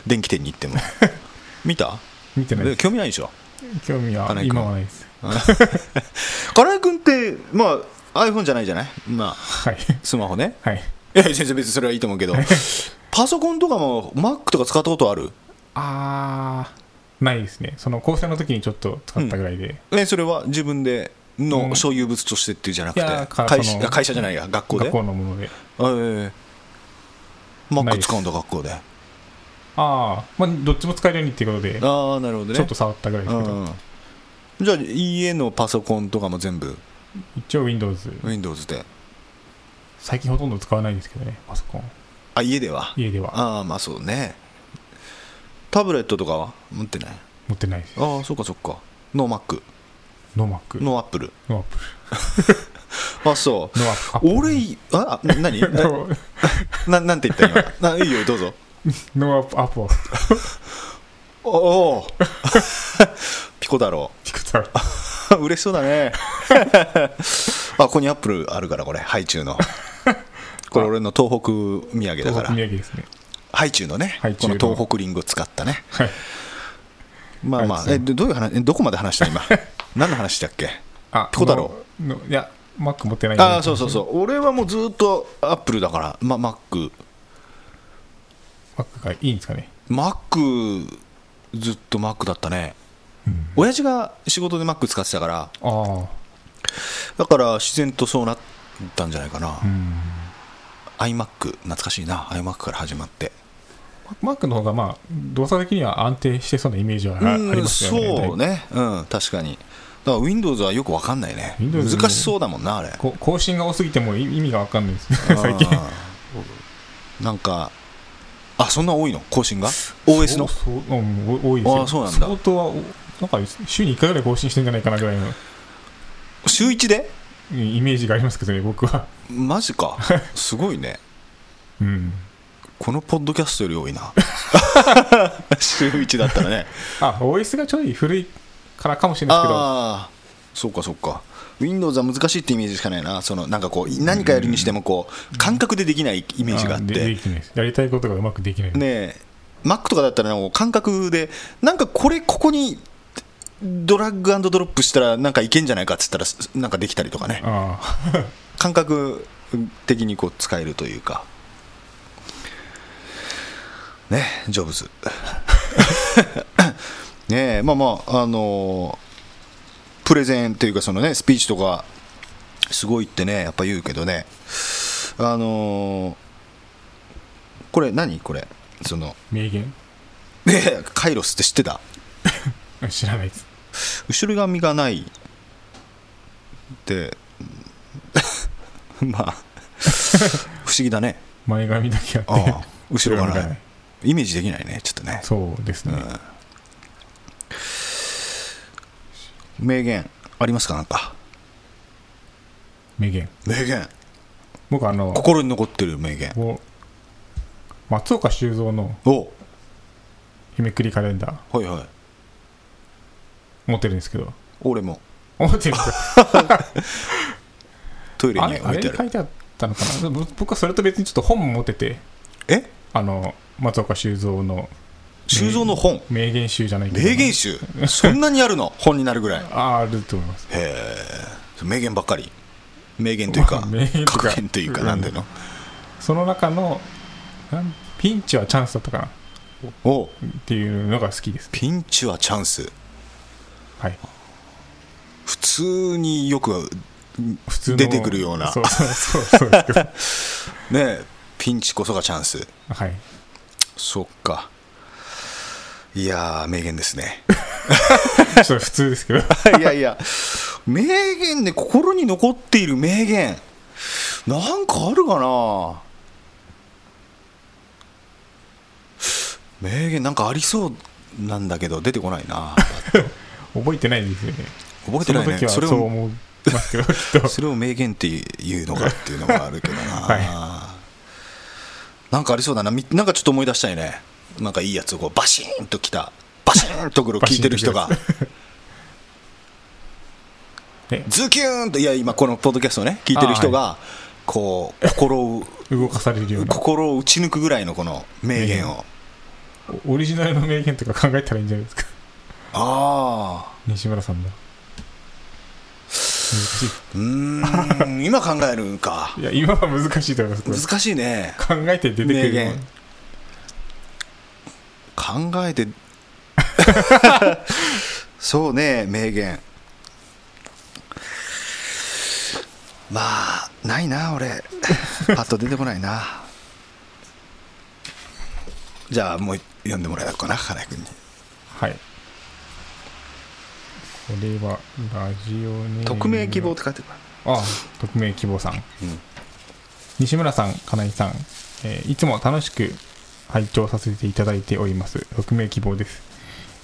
Speaker 2: 電気店に行って も。見た
Speaker 3: 見てないです
Speaker 2: 興味ないでしょ。
Speaker 3: 興味は
Speaker 2: 金井君
Speaker 3: 今はないです
Speaker 2: 金井君って、まあ、iPhone じゃないじゃないまあ、
Speaker 3: はい
Speaker 2: スマホね。
Speaker 3: はい
Speaker 2: いや、全然別にそれはいいと思う けど、パソコンとかも Mac とか使ったことある
Speaker 3: あーないですねその高専の時にちょっと使ったぐらいで、
Speaker 2: え、それは自分で
Speaker 3: う
Speaker 2: の
Speaker 3: ん
Speaker 2: 所有物としてっていうじゃなくて
Speaker 3: いや、か
Speaker 2: 会
Speaker 3: そ
Speaker 2: 社
Speaker 3: の
Speaker 2: 会社じゃないや、学校で
Speaker 3: 学。校のもので
Speaker 2: ええマ
Speaker 3: な
Speaker 2: ック
Speaker 3: いです
Speaker 2: 使うんだ学校であ
Speaker 3: ああ、まあ、どっちも使えるようにっていうことで、
Speaker 2: あーなるほどね
Speaker 3: ちょっと触ったぐらいですけど、
Speaker 2: うんじゃあ家のパソコンとかも全部
Speaker 3: 一応 Windows、
Speaker 2: Windows で
Speaker 3: 最近ほとんど使わないですけどね、パソコン、
Speaker 2: あ家では
Speaker 3: 家では
Speaker 2: ああまあそうねタブレットとかは持ってない
Speaker 3: 持ってないです。
Speaker 2: ああそっかそっかノーマック
Speaker 3: ノーマック、ノ
Speaker 2: ノーアップル
Speaker 3: ーアップ
Speaker 2: あそう
Speaker 3: ル、ノーアップ、
Speaker 2: 俺いああ何
Speaker 3: アップル
Speaker 2: な
Speaker 3: ノー
Speaker 2: ななんて言った今ないいよどうぞ
Speaker 3: ノーアップ、アップは、
Speaker 2: おお ピコ太郎
Speaker 3: ピクサー
Speaker 2: 嬉しそうだ ねあここにアップルあるからこれハイチ ュウのこれ俺の東北土産だ
Speaker 3: 東
Speaker 2: か
Speaker 3: 北
Speaker 2: ら
Speaker 3: 宮城ですね。
Speaker 2: ハイチュウのね
Speaker 3: ハイチ
Speaker 2: こ
Speaker 3: ュウ
Speaker 2: の
Speaker 3: の
Speaker 2: 東北リンゴ使ったね
Speaker 3: はい、
Speaker 2: まあま
Speaker 3: ハイチ
Speaker 2: あ
Speaker 3: ュウ
Speaker 2: えどどういう話えどこまで話した 今何の話だっけ
Speaker 3: あ
Speaker 2: ピコ太郎
Speaker 3: ノーノーいや、マック持ってないんで
Speaker 2: ああそうそうそう俺はもうずっとアップルだからまマック
Speaker 3: マックがいいんですかね。
Speaker 2: マックずっとマックだったね親父が仕事で Mac 使ってたから
Speaker 3: ああ
Speaker 2: だから自然とそうなったんじゃないかな、
Speaker 3: ん
Speaker 2: iMac 懐かしいな iMac から始まって
Speaker 3: マックの方がまあ動作的には安定してそうなイメージはああ
Speaker 2: うん
Speaker 3: りますよね
Speaker 2: そうねうん確かにだから Windows はよくわかんないね
Speaker 3: Windows
Speaker 2: 難しそうだもんなあれ
Speaker 3: こ更新が多すぎても意味が分かんないです最近
Speaker 2: うんなんかあそんな多いの更新が OS の
Speaker 3: そうそううんお多いですよ
Speaker 2: あーそうなんだ
Speaker 3: 相当はおなんか週に1回ぐらい更新してんじゃないかなぐらいの
Speaker 2: 週1で
Speaker 3: イメージがありますけどね僕は
Speaker 2: マジ かすごいね
Speaker 3: うん
Speaker 2: このポッドキャストより多い な週1だったらね
Speaker 3: あ OS がちょい古いからかもしれないですけど
Speaker 2: ああそうかそうか Windows は難しいってイメージしかないなそのなんかこう何かやるにしてもこう感覚でできないイメージがあっ
Speaker 3: ーでで
Speaker 2: て
Speaker 3: きないですやりたいことがうまくできない、
Speaker 2: ねえ Mac とかだったらなんか感覚でなんかこれここにドラッグアンドドロップしたらなんかいけんじゃないかっつったらすなんかできたりとかね
Speaker 3: ああ
Speaker 2: 感覚的にこう使えるというかねジョブズ ねえまあまああのープレゼンというかそのねスピーチとかすごいってねやっぱ言うけどねあのーこれ何これその
Speaker 3: 名言
Speaker 2: ねえカイロスって知ってた
Speaker 3: 知らないです
Speaker 2: 後ろ髪がないってうん まあ不思議だね
Speaker 3: 前髪だけあって
Speaker 2: ああ後ろが
Speaker 3: 後ろ
Speaker 2: な
Speaker 3: がないい
Speaker 2: イメージできないねちょっとね
Speaker 3: そうですね、
Speaker 2: 名言ありますかなんか
Speaker 3: 名言
Speaker 2: 名言
Speaker 3: 僕あ の
Speaker 2: 心に残ってる名言
Speaker 3: こう松岡修造の
Speaker 2: お
Speaker 3: 日めくりカレンダー
Speaker 2: はいはい
Speaker 3: 持ってるんですけど
Speaker 2: 俺も
Speaker 3: 持ってるんで すよ
Speaker 2: トイレ
Speaker 3: あ
Speaker 2: に
Speaker 3: れあ
Speaker 2: 置い
Speaker 3: れ
Speaker 2: て
Speaker 3: に
Speaker 2: あ
Speaker 3: 書
Speaker 2: る
Speaker 3: いてあったのかなぼ僕はそれと別にちょっと本も持ってて
Speaker 2: え
Speaker 3: あの松岡修造の
Speaker 2: 修造の本
Speaker 3: 名言集じゃないけど
Speaker 2: 名言集そんなにあるの本になるぐらい
Speaker 3: ああると思います
Speaker 2: へえ名言ばっかり名言というか
Speaker 3: 名言とか
Speaker 2: 格言というか
Speaker 3: うん
Speaker 2: なんでの
Speaker 3: その中のなんピンチはチャンスだったかなっ
Speaker 2: お
Speaker 3: ていうのが好きです
Speaker 2: ピンチはチャンス
Speaker 3: はい
Speaker 2: 普通によく
Speaker 3: 普通の
Speaker 2: 出てくるような
Speaker 3: そうそうそうそうですけど
Speaker 2: ねピンチこそがチャンス
Speaker 3: はい
Speaker 2: そっかいやー名言です ね
Speaker 3: それ普通ですけど
Speaker 2: いやいや名言で心に残っている名言なんかあるかな名言なんかありそうなんだけど出てこないな
Speaker 3: 覚えてないですよね
Speaker 2: 覚えてないね
Speaker 3: その時は
Speaker 2: それ
Speaker 3: そう
Speaker 2: を
Speaker 3: 思いますけどきっと
Speaker 2: それを名言っていうのかっていうのがあるけど な、
Speaker 3: は
Speaker 2: なんかありそうだなみなんかちょっと思い出したいねなんかいいやつをこうバシーンときたバシーンとくる聞いてる人が
Speaker 3: バシ え
Speaker 2: ズキューンといや今このポッドキャストをね聞いてる人が、こう心を
Speaker 3: 動かされるような
Speaker 2: 心を打ち抜くぐらいのこの名言を、
Speaker 3: オリジナルの名言とか考えたらいいんじゃないです か
Speaker 2: ああ
Speaker 3: 西村さんの難し
Speaker 2: うーん今考えるか
Speaker 3: いいや今は難しいと思います
Speaker 2: 難しいね
Speaker 3: 考えて出てく
Speaker 2: 名
Speaker 3: る
Speaker 2: 言考え てそうね名言まあないな 俺パッと出てこないなじゃあもう読んでもらえたかな金井君に
Speaker 3: はいこれはラジオネーム
Speaker 2: 匿名希望って書いてるから
Speaker 3: ああ匿名希望さん、
Speaker 2: ん
Speaker 3: 西村さん金井さん、えーいつも楽しく拝聴させていただいております匿名希望です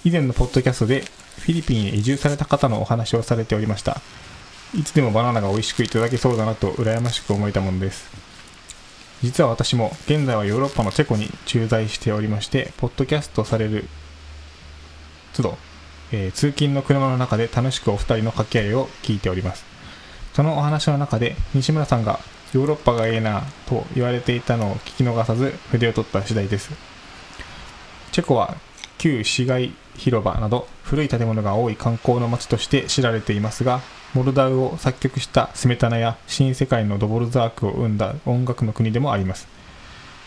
Speaker 3: 以前のポッドキャストでフィリピンへ移住された方のお話をされておりましたいつでもバナナが美味しくいただけそうだなと羨ましく思えたものです実は私も現在はヨーロッパのチェコに駐在しておりましてポッドキャストされる都度、えー通勤の車の中で楽しくお二人の掛け合いを聞いておりますそのお話の中で西村さんがヨーロッパがええなと言われていたのを聞き逃さず筆を取った次第ですチェコは旧市街広場など古い建物が多い観光の街として知られていますがモルダウを作曲したスメタナや新世界のドボルザークを生んだ音楽の国でもあります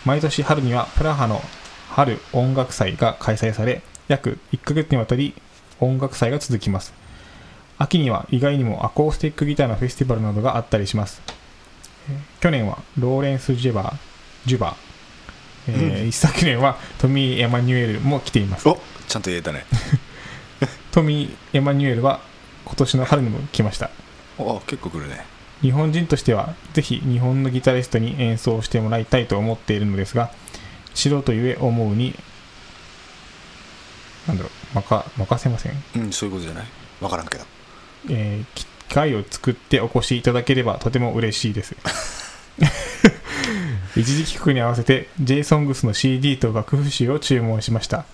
Speaker 3: 毎年春にはプラハの春音楽祭が開催され約1ヶ月にわたり音楽祭が続きます秋には意外にもアコースティックギターのフェスティバルなどがあったりしますえー去年はローレンス・ジェバージュバー、えー一昨年はトミー・エマニュエルも来ています
Speaker 2: おちゃんと言えたね
Speaker 3: トミー・エマニュエルは今年の春にも来ました
Speaker 2: お結構来るね
Speaker 3: 日本人としてはぜひ日本のギタリストに演奏してもらいたいと思っているのですが素人ゆえ思うになんだろう任任せません、
Speaker 2: うんそういうことじゃない分からんけど
Speaker 3: えー機会を作ってお越しいただければとても嬉しいです 一時帰国に合わせて JSONGS の CD と楽譜集を注文しました、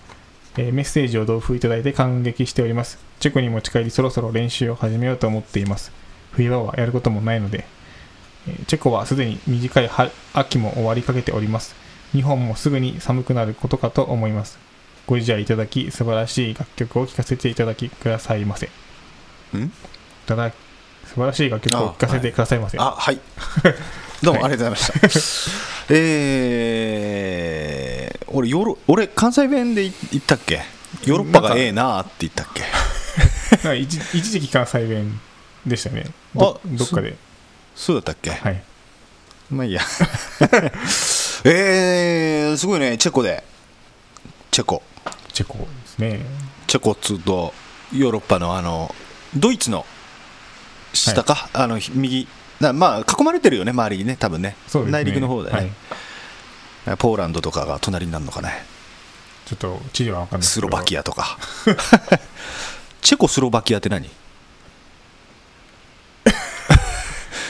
Speaker 3: えーメッセージを同封いただいて感激しておりますチェコに持ち帰りそろそろ練習を始めようと思っています冬場はやることもないので、えーチェコはすでに短い春秋も終わりかけております日本もすぐに寒くなることかと思いますご自愛いただき素晴らしい楽曲を聴かせていただきくださいませい
Speaker 2: ん
Speaker 3: ただ素晴らしい楽曲を聴かせてくださいませ
Speaker 2: あはい どうも
Speaker 3: は
Speaker 2: ありがとうございました、 えー、俺ヨロ俺関西弁でい言ったっけヨーロッパがええなーって言った っけ
Speaker 3: なんか 一一時期関西弁でしたねど
Speaker 2: あ
Speaker 3: どっかで
Speaker 2: そうだったっけ、
Speaker 3: はい
Speaker 2: まあ いいやえー、すごいねチェコでチェコ
Speaker 3: チェコですね
Speaker 2: チェコっつうとヨーロッパのあのドイツの下か、あのひ右なまあ囲まれてるよね周りにね多分ね
Speaker 3: そうですね
Speaker 2: 内陸の方だよね、
Speaker 3: はい
Speaker 2: ポーランドとかが隣になるのかね
Speaker 3: ちょっと地理は分かんない
Speaker 2: スロバキ
Speaker 3: ア
Speaker 2: アとか チェコスロバキアって何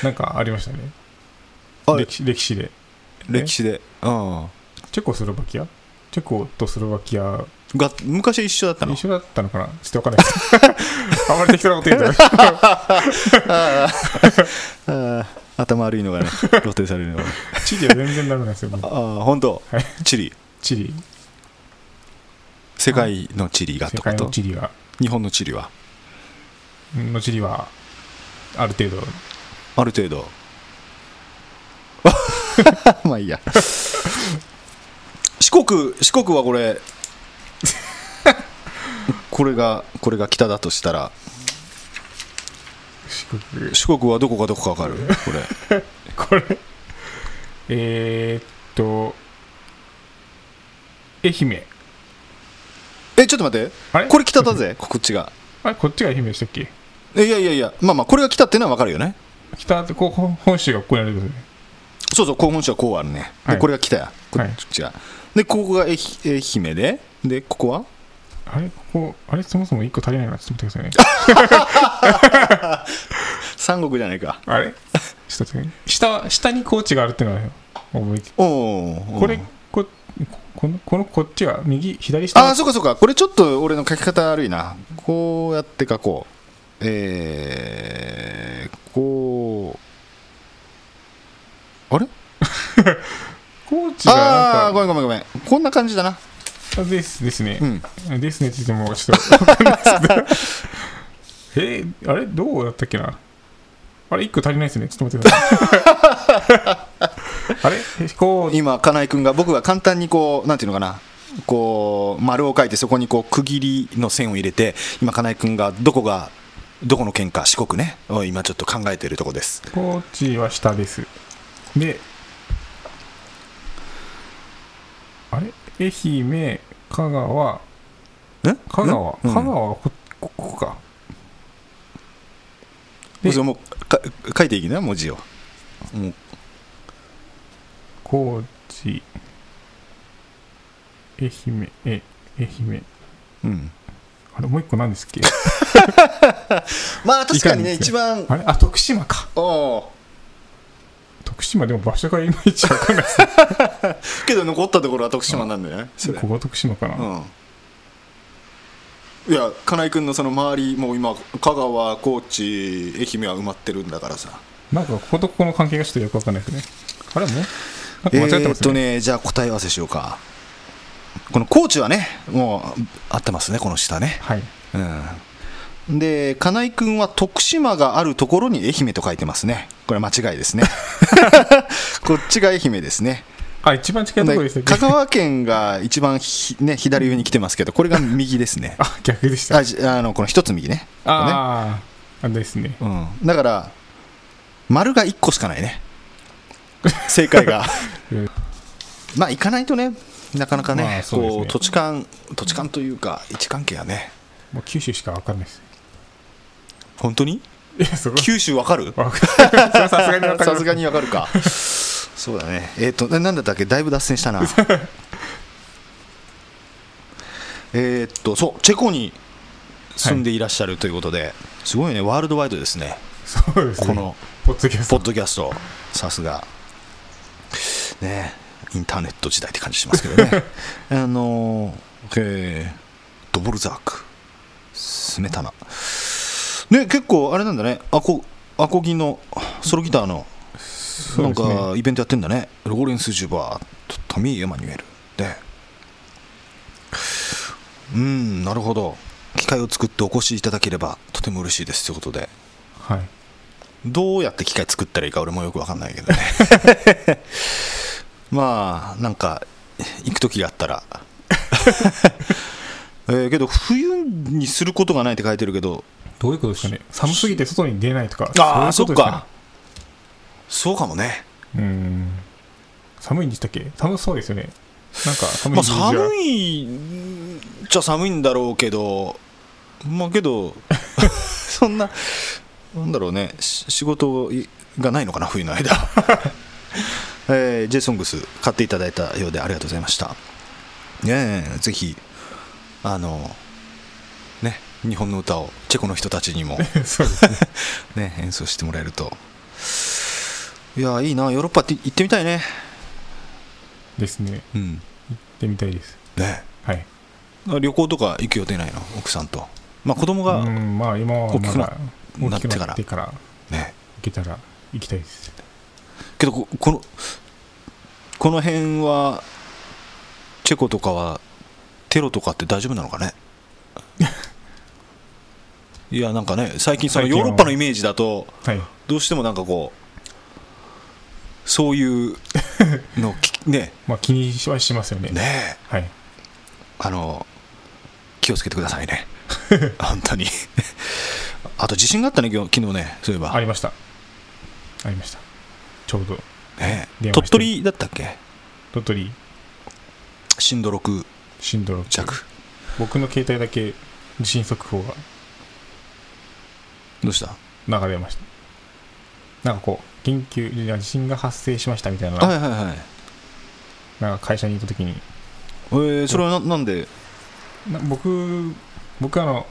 Speaker 3: なんかありましたね
Speaker 2: あ
Speaker 3: 歴史歴史で
Speaker 2: 歴史で、うん、
Speaker 3: チェコスロバキアチェコとスロバキア
Speaker 2: が昔は一緒だったの
Speaker 3: 一緒だったのかなちょっと分かんないです あんまり適当なこと言うと
Speaker 2: あー頭悪いのが ね露呈されるのがね
Speaker 3: 地理は全然ダメなんですよ僕
Speaker 2: ああ本当、
Speaker 3: はい
Speaker 2: チリ
Speaker 3: 地理
Speaker 2: 世界のチリがって
Speaker 3: 世
Speaker 2: こ
Speaker 3: 界の
Speaker 2: と
Speaker 3: 地理は
Speaker 2: 日本のチリは
Speaker 3: の地理はある程度
Speaker 2: ある程度 まあいいや 四国四国はこ れこれがこれが北だとしたら
Speaker 3: 四国
Speaker 2: 四国はどこかどこかわかるこれ
Speaker 3: これえー、っと愛媛
Speaker 2: えちょっと待って
Speaker 3: あれ
Speaker 2: これ北だ ぜこっちが
Speaker 3: あれこっちが愛媛でしたっけ
Speaker 2: えいやいやいやまあまあこれが北ってのはわかるよね
Speaker 3: 北ってこうほん本州がここにあるんですよね
Speaker 2: そうそう興奮市はこうあるねで、
Speaker 3: はい
Speaker 2: これが北やこ
Speaker 3: はい
Speaker 2: っちが、でここが愛愛媛ででここは
Speaker 3: あれここあれそもそも1個足りないなちょっと待ってくださいね
Speaker 2: 三国じゃないか
Speaker 3: あれちょっと待ってくださいね下は下に高知があるっていうのは覚えて
Speaker 2: おお
Speaker 3: これここのこのこっちが右左下
Speaker 2: ああそうかそうかこれちょっと俺の書き方悪いなこうやって書こうえー、こうあれ
Speaker 3: 高知が
Speaker 2: ああ
Speaker 3: な
Speaker 2: ーご
Speaker 3: んか
Speaker 2: めんごめんごめんこんな感じだな
Speaker 3: あですですね、
Speaker 2: うん
Speaker 3: ですねって言ってもちょっと 分かんないですけどえーあれどうだったっけなあれ1個足りないですねちょっと待ってください あれえこう
Speaker 2: 今金井君が僕が簡単にこうなんていうのかなこう丸を書いてそこにこう区切りの線を入れて今金井君がどこがどこの県か四国ねを今ちょっと考えているとこです
Speaker 3: 高知は下ですであれ愛媛香川
Speaker 2: え
Speaker 3: 香川香
Speaker 2: うん
Speaker 3: 川はこここか
Speaker 2: うんそれもうか書いていきな文字をもう
Speaker 3: 高知愛媛え愛媛
Speaker 2: うん
Speaker 3: あれもう一個何ですっけ
Speaker 2: まあ確かにね
Speaker 3: いかにです
Speaker 2: 一番
Speaker 3: あれあ徳島か
Speaker 2: おー
Speaker 3: 徳島でも場所がいまいちわかんないですね
Speaker 2: けど残ったところは徳島なんだよねそれ
Speaker 3: ここが徳島かな、
Speaker 2: うんいや金井君のその周りもう今香川高知愛媛は埋まってるんだからさ
Speaker 3: なんかこことここの関係がちょっとよくわかんないですねあれもなんか
Speaker 2: え
Speaker 3: 間違っ
Speaker 2: ー
Speaker 3: てま
Speaker 2: っ
Speaker 3: す
Speaker 2: と
Speaker 3: ね,、
Speaker 2: ね、じゃあ答え合わせしようか。この高知はね、もう合ってますね、この下ね。
Speaker 3: はい
Speaker 2: うん、で、金井君は徳島があるとこ ろに愛媛と書いてますね。これは間違いですね。こっちが愛媛ですね。
Speaker 3: あ、一番近いところですね。。
Speaker 2: 香川県が一番ひ、ね、左上に来てますけど、これが右ですね
Speaker 3: あ、逆でした。
Speaker 2: あじあのこの一つ右ね
Speaker 3: あーあ、ですね。
Speaker 2: うん、だから、丸が1個しかないね、正解が
Speaker 3: うん。
Speaker 2: まあ、行かないとね、なかなかね、
Speaker 3: まあそうですね
Speaker 2: こう土地勘、土地勘というか、位置関係はね、
Speaker 3: もう九州しかわかんないです。
Speaker 2: 本当に
Speaker 3: いや、そこ
Speaker 2: 九州わかる
Speaker 3: わかんない。それはさすがにわかんな
Speaker 2: さ
Speaker 3: い
Speaker 2: すがにわかるか。そうだね。えっ、と、ななんだったっけだいぶ脱線した な。えっと、そう、チェコに住んでいらっしゃるということで、すごいね、ワールドワイドですね、
Speaker 3: そうですね。
Speaker 2: この
Speaker 3: ポッドキャス
Speaker 2: ポ
Speaker 3: ト
Speaker 2: ッ。ドキャスト、さすが。ねインターネット時代って感じしますけど ね。あのーえードボルザーク、スメタナ。ね、結構あれなんだね、アコアコギのソロギターの。
Speaker 3: そう
Speaker 2: なん
Speaker 3: ですね
Speaker 2: かイベントやってんだね、ローレンス・ジュバーとトミー・エマニュエルで、うん、なるほど、機会を作ってお越しいただければとても嬉しいですということで、
Speaker 3: はい。
Speaker 2: どうやって機会作ったらいいか、俺もよくわかんないけ どね、まあ、なんか、行く時があった ら、えーけど、冬にすることがないって書いてるけど、
Speaker 3: どういうことですかね。寒すぎて外に出ないとか。
Speaker 2: ああ、
Speaker 3: そ
Speaker 2: そう
Speaker 3: いう
Speaker 2: っ
Speaker 3: ことです
Speaker 2: か、そうかもね。
Speaker 3: ね。うん。寒いんでしたっけ寒そうですよね。なんか寒い
Speaker 2: まあ、
Speaker 3: イメー
Speaker 2: 寒いっ
Speaker 3: ジが
Speaker 2: ちゃ寒いんだろうけど、まあけど、 そんな、なんだろうね、し仕事がないのかな、冬の間。 えー、JSONGS 買っていただいたようでありがとうございました。ねえ、ぜひ、あの、ね、日本の歌をチェコの人たちにも、
Speaker 3: そうですね。
Speaker 2: ね、演奏してもらえると。いや、いいな、ヨーロッパって行ってみたいね。
Speaker 3: ですね。
Speaker 2: う
Speaker 3: 行
Speaker 2: ん。
Speaker 3: ってみたいです。
Speaker 2: ね
Speaker 3: はい。
Speaker 2: 旅行とか行く予定ないの奥さんとまあ子供が、
Speaker 3: うん、まあ今は
Speaker 2: 大き
Speaker 3: ま
Speaker 2: くな
Speaker 3: だ
Speaker 2: なってから
Speaker 3: 大きくから行
Speaker 2: ね
Speaker 3: けたら行きたいです。
Speaker 2: けどここのこの辺はチェコとかはテロとかって大丈夫なのか ねいやなんかね最近その
Speaker 3: 最近
Speaker 2: ヨーロッ
Speaker 3: は
Speaker 2: パのイメージだと
Speaker 3: はい。
Speaker 2: どうしてもなんかこうそういうの きね
Speaker 3: まあ気にはしますよね。
Speaker 2: ねえ
Speaker 3: はい。
Speaker 2: あの気をつけてください ね本当にあと地震があったね今日昨日ねそういえば
Speaker 3: ありました。ありました。ちょうど、
Speaker 2: ねえ
Speaker 3: 電話
Speaker 2: 鳥
Speaker 3: して
Speaker 2: 取だったっけ
Speaker 3: 鳥取、
Speaker 2: 震度6
Speaker 3: 震度6。
Speaker 2: 弱
Speaker 3: 僕の携帯だけ地震速報
Speaker 2: どうした
Speaker 3: が流れました。なんかこう、緊急、いや地震が発生しましたみたいな、
Speaker 2: はいはいはい
Speaker 3: なんか会社にいたときに、
Speaker 2: えー、それはななんで
Speaker 3: な僕、僕あの、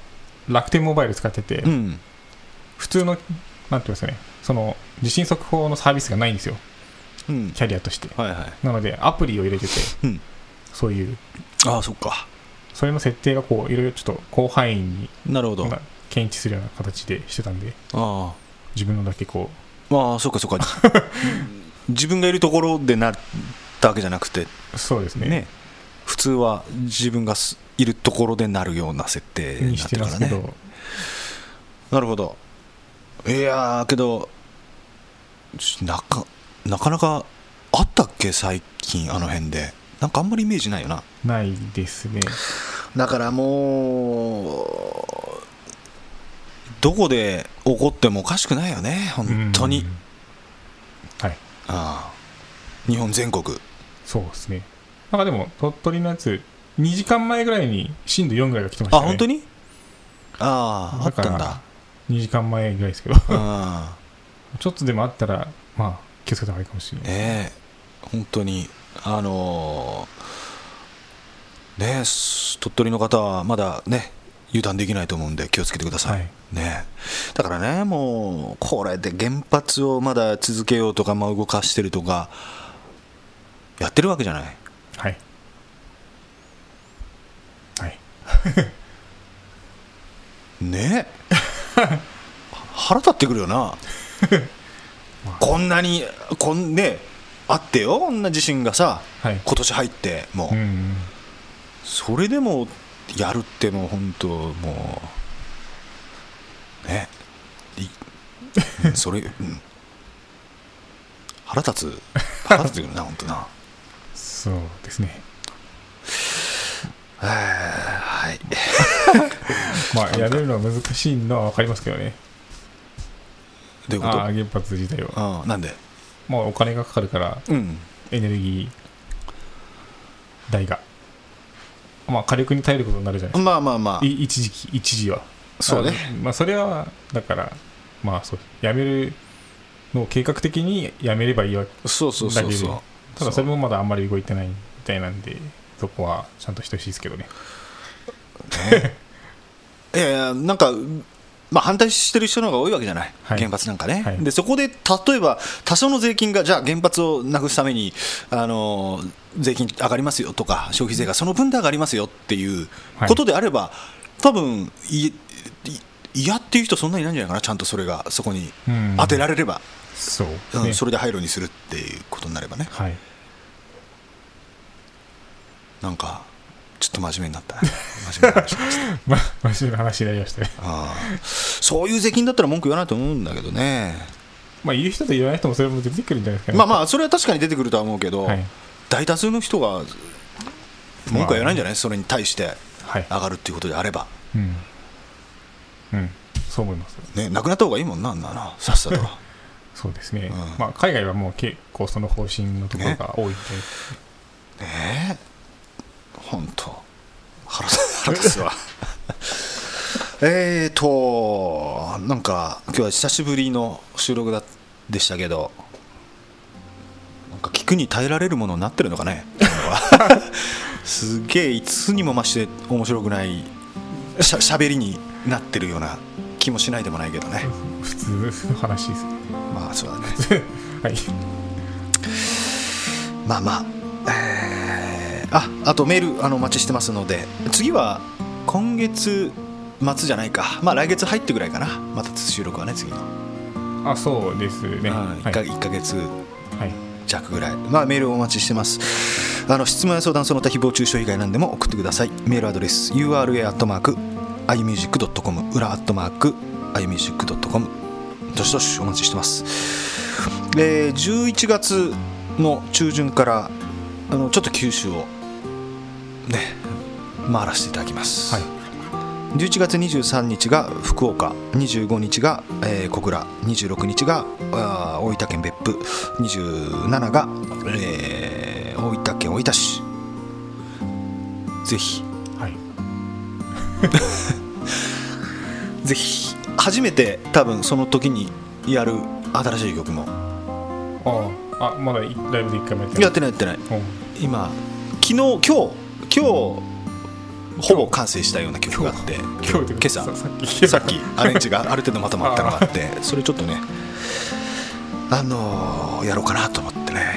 Speaker 3: 楽天モバイル使ってて、
Speaker 2: うん
Speaker 3: 普通の、なんて言うんですかね、その、地震速報のサービスがないんですよ。
Speaker 2: うん
Speaker 3: キャリアとして。
Speaker 2: はいはい
Speaker 3: なので、アプリを入れてて、
Speaker 2: うん
Speaker 3: そういう、
Speaker 2: ああそっか
Speaker 3: それの設定がこう、いろいろちょっと広範囲に
Speaker 2: なるほど
Speaker 3: なんか検知するような形でしてたんで、
Speaker 2: あ
Speaker 3: 自分のだけこ
Speaker 2: あまあそっかそ っか自分がいるところでなったわけじゃなくて
Speaker 3: う、そうですね、
Speaker 2: ね普通は自分がすいるところでなるような設定にな
Speaker 3: にし
Speaker 2: って
Speaker 3: て
Speaker 2: る
Speaker 3: ま
Speaker 2: か
Speaker 3: す
Speaker 2: ら
Speaker 3: け
Speaker 2: ね
Speaker 3: ど、
Speaker 2: なるほどいやーけどちなかなかなかあったっけ最近あの辺でなんかあんまりイメージないよな
Speaker 3: ないですね。
Speaker 2: だからもうどこで起こってもおかしくないよね本当に、
Speaker 3: うんはい、
Speaker 2: ああ日本全国
Speaker 3: そうですね。なんかでも、鳥取のやつ、2時間前ぐらいに震度4ぐらいが来てました
Speaker 2: あ
Speaker 3: ね。
Speaker 2: 本当にあああ
Speaker 3: だ
Speaker 2: っ
Speaker 3: から
Speaker 2: たんだ
Speaker 3: ?2 時間前ぐらいで すけど、
Speaker 2: ああ
Speaker 3: ちょっとでもあったら、まあ、気をつけた方がいいかもしれない。
Speaker 2: ねえ本当にあのーねえす鳥取の方はまだね油断できないと思うんで気をつけてください、
Speaker 3: はい
Speaker 2: ねえだからねもうこれで原発をまだ続けようとか、まあ、動かしてるとかやってるわけじゃない
Speaker 3: はい。はい。
Speaker 2: ねえ腹立ってくるよなこんなにこんねあってよこんな地震がさ
Speaker 3: はい。
Speaker 2: 今年入ってもう、
Speaker 3: うん。
Speaker 2: それでもやるってもう本当もうねいうん それ、うん、腹立つ腹立つよな本当な
Speaker 3: そうですね。
Speaker 2: はい
Speaker 3: まあ、やれるのは難しいのは分かりますけどね。
Speaker 2: どういうこ
Speaker 3: ああ
Speaker 2: と
Speaker 3: ー、原発自体は。
Speaker 2: あーなんで
Speaker 3: まあ、お金がかかるから、
Speaker 2: うん
Speaker 3: エネルギー代が。まあ、火力に耐えることになるじゃないです
Speaker 2: まあまあま
Speaker 3: か。い一時期、一時は。
Speaker 2: あそうね
Speaker 3: あのまあ、それは、だから、まあ、そう、やめるのを計画的にやめればいいわけ。
Speaker 2: そうそうそう
Speaker 3: だけ
Speaker 2: そう
Speaker 3: どただ、それもまだあんまり動いてないみたいなんで、そこはちゃんとしてほしいですけどね。
Speaker 2: いやいやなんか、まあ、反対してる人の方が多いわけじゃない、
Speaker 3: はい
Speaker 2: 原発なんかね、
Speaker 3: はい
Speaker 2: でそこで例えば多少の税金がじゃあ原発をなくすためにあの税金上がりますよとか消費税がその分で上がりますよっていう
Speaker 3: はい
Speaker 2: ことであれば、多分いい嫌っていう人そんなにいないんじゃないかなちゃんとそれがそこに
Speaker 3: うん
Speaker 2: 当てられれば、
Speaker 3: そう、
Speaker 2: うん
Speaker 3: ね
Speaker 2: それで廃炉にするっていうことになればね
Speaker 3: はい。
Speaker 2: なんかちょっと真面目になったな真面目な話
Speaker 3: まあ、真面目な話になりましたね。
Speaker 2: ああそういう税金だったら文句言わないと思うんだけどね
Speaker 3: まあ、いる人と言わない人もそれも出てくるんじゃないですかね。
Speaker 2: まあまあそれは確かに出てくるとは思うけど、
Speaker 3: はい
Speaker 2: 大多数の人が文句は言わないんじゃない、それに対して
Speaker 3: はい。
Speaker 2: 上がるっていうことであれば、
Speaker 3: うん。うん。そう思います。
Speaker 2: ね、なくなった方がいいもんなあんななさっさと
Speaker 3: そうですね。
Speaker 2: ん
Speaker 3: まあ、海外はもう結構その方針のところが多いんで、
Speaker 2: ねえ本当腹す腹立つわ えーとなんか今日は久しぶりの収録だでしたけどなんか聞くに耐えられるものになってるのかね今日はすげえいつにも増して面白くないしゃしゃべりになってるような気もしないでもないけどね
Speaker 3: 普通の話です。
Speaker 2: まあそうだね
Speaker 3: はい。
Speaker 2: まあまあ、えーああとメールあのお待ちしてますので次は今月末じゃないかまあ来月入ってぐらいかなまた収録はね次の、
Speaker 3: あ、そうですね。
Speaker 2: うん
Speaker 3: は
Speaker 2: 1
Speaker 3: い。
Speaker 2: か1ヶ月
Speaker 3: はい。
Speaker 2: 弱ぐらい、まあ、メールをお待ちしてますあの質問や相談その他誹謗中傷以外何でも送ってくださいメールアドレス URA アットマーク imusic.com 裏アットマーク imusic.com どしどしお待ちしてます、えー11月の中旬からあのちょっと九州をね回らせていただきます、
Speaker 3: はい。
Speaker 2: 11月23日が福岡25日が、えー小倉26日があー大分県別府27が、えー大分県大分市ぜひ
Speaker 3: はい。
Speaker 2: ぜひ初めて多分その時にやる新しい曲も
Speaker 3: ああ、あ、まだいライブで一回もやってない。
Speaker 2: やってないやってない
Speaker 3: うん
Speaker 2: 今昨日今日今日ほぼ完成したような曲があって
Speaker 3: 今日というか
Speaker 2: 今朝
Speaker 3: ささっき。
Speaker 2: さっきアレンジがある程度まとまったの があってそれちょっとねあのーやろうかなと思ってね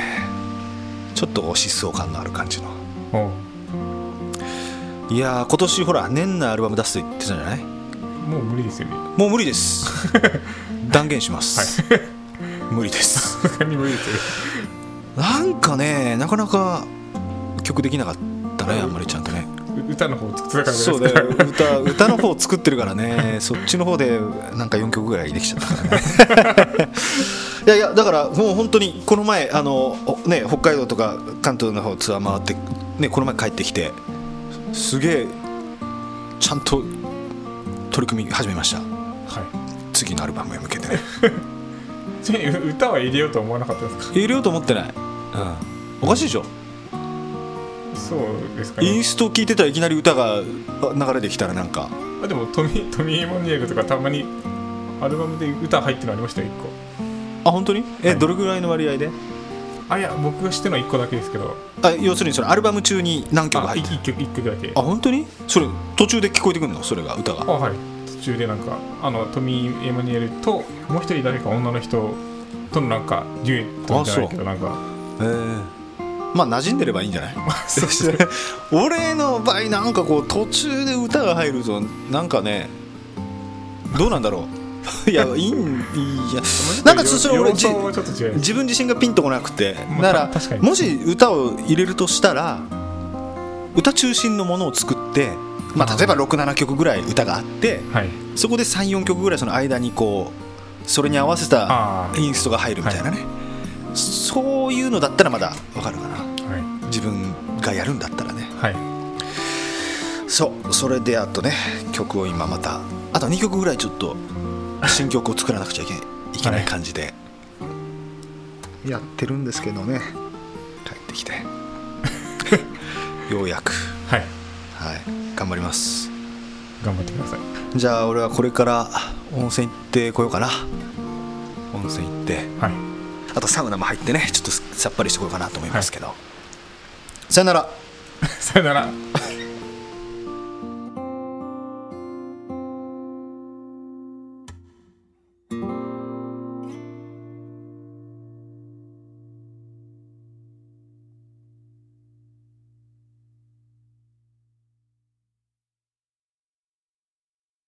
Speaker 2: ちょっとこう疾走感のある感じの
Speaker 3: うん
Speaker 2: いやー今年ほら年内アルバム出すって言ってたじゃない
Speaker 3: もう無理ですよね。
Speaker 2: もう無理です 断言します、 無理です
Speaker 3: さすがに無理ですよね。
Speaker 2: なんかねなかなか曲できなかったねあんまりちゃんとね
Speaker 3: う歌の方作らかった
Speaker 2: そうだよ歌歌の方作ってるからねそっちの方でなんか4曲ぐらいできちゃったからね いやいやだからもう本当にこの前あの、おね、北海道とか関東の方ツアー回って、ね、この前帰ってきてすげえちゃんと取り組み始めました
Speaker 3: は
Speaker 2: 次のアルバムへ向けて ね
Speaker 3: い。 ちなみに歌は入れようと思わなかったですか
Speaker 2: 入れようと思ってない、うん、おかしいでしょ
Speaker 3: そうですか
Speaker 2: イ
Speaker 3: ね
Speaker 2: ン。スト聞いてたらいきなり歌があ流れてきたらなんか
Speaker 3: あでもトミトミー・モニエルとかたまにアルバムで歌入ってるのありましたよ1
Speaker 2: あ本当にえ、
Speaker 3: はい
Speaker 2: どれぐらいの割合で
Speaker 3: 個あいや僕が知ってるのは1個だけですけど
Speaker 2: あ要するにそのアルバム中に何曲
Speaker 3: あ
Speaker 2: 入ってる
Speaker 3: 1, 曲一曲だけ
Speaker 2: あ本当にそれ途中で聞こえてくるのそれが歌
Speaker 3: あ
Speaker 2: が
Speaker 3: はい途中でなんかあのトミー・エマニュエルともう一人誰か女の人とのなんかデュエットじゃないけどなんか
Speaker 2: えまあ馴染んでればいいんじゃ ない 俺の場合なんかこう途中で歌が入るとなんかねどうなんだろう いやいいんいいやなんかそれ俺
Speaker 3: 様
Speaker 2: じ
Speaker 3: 相はちょっと違います
Speaker 2: 自分自身がピンとこなくて
Speaker 3: まあ
Speaker 2: なら
Speaker 3: た確かに
Speaker 2: もし歌を入れるとしたら歌中心のものを作って、まあ、例えば67曲ぐらい歌があって
Speaker 3: はい
Speaker 2: そこで34曲ぐらいその間にこうそれに合わせた
Speaker 3: あー
Speaker 2: インストが入るみたいなね、そういうのだったらまだわかるかな
Speaker 3: はい
Speaker 2: 自分回やるんだったらね
Speaker 3: はい
Speaker 2: そうそれであとね曲を今またあと2曲ぐらいちょっと新曲を作らなくちゃいけいけない感じでやってるんですけどね帰って きてようやく
Speaker 3: はい
Speaker 2: はい頑張ります
Speaker 3: 頑張ってください
Speaker 2: じゃあ俺はこれから温泉行ってこようかな温泉行って
Speaker 3: はい
Speaker 2: あとサウナも入ってねちょっとさっぱりしてこようかなと思いますけど、さよなら
Speaker 3: さよなら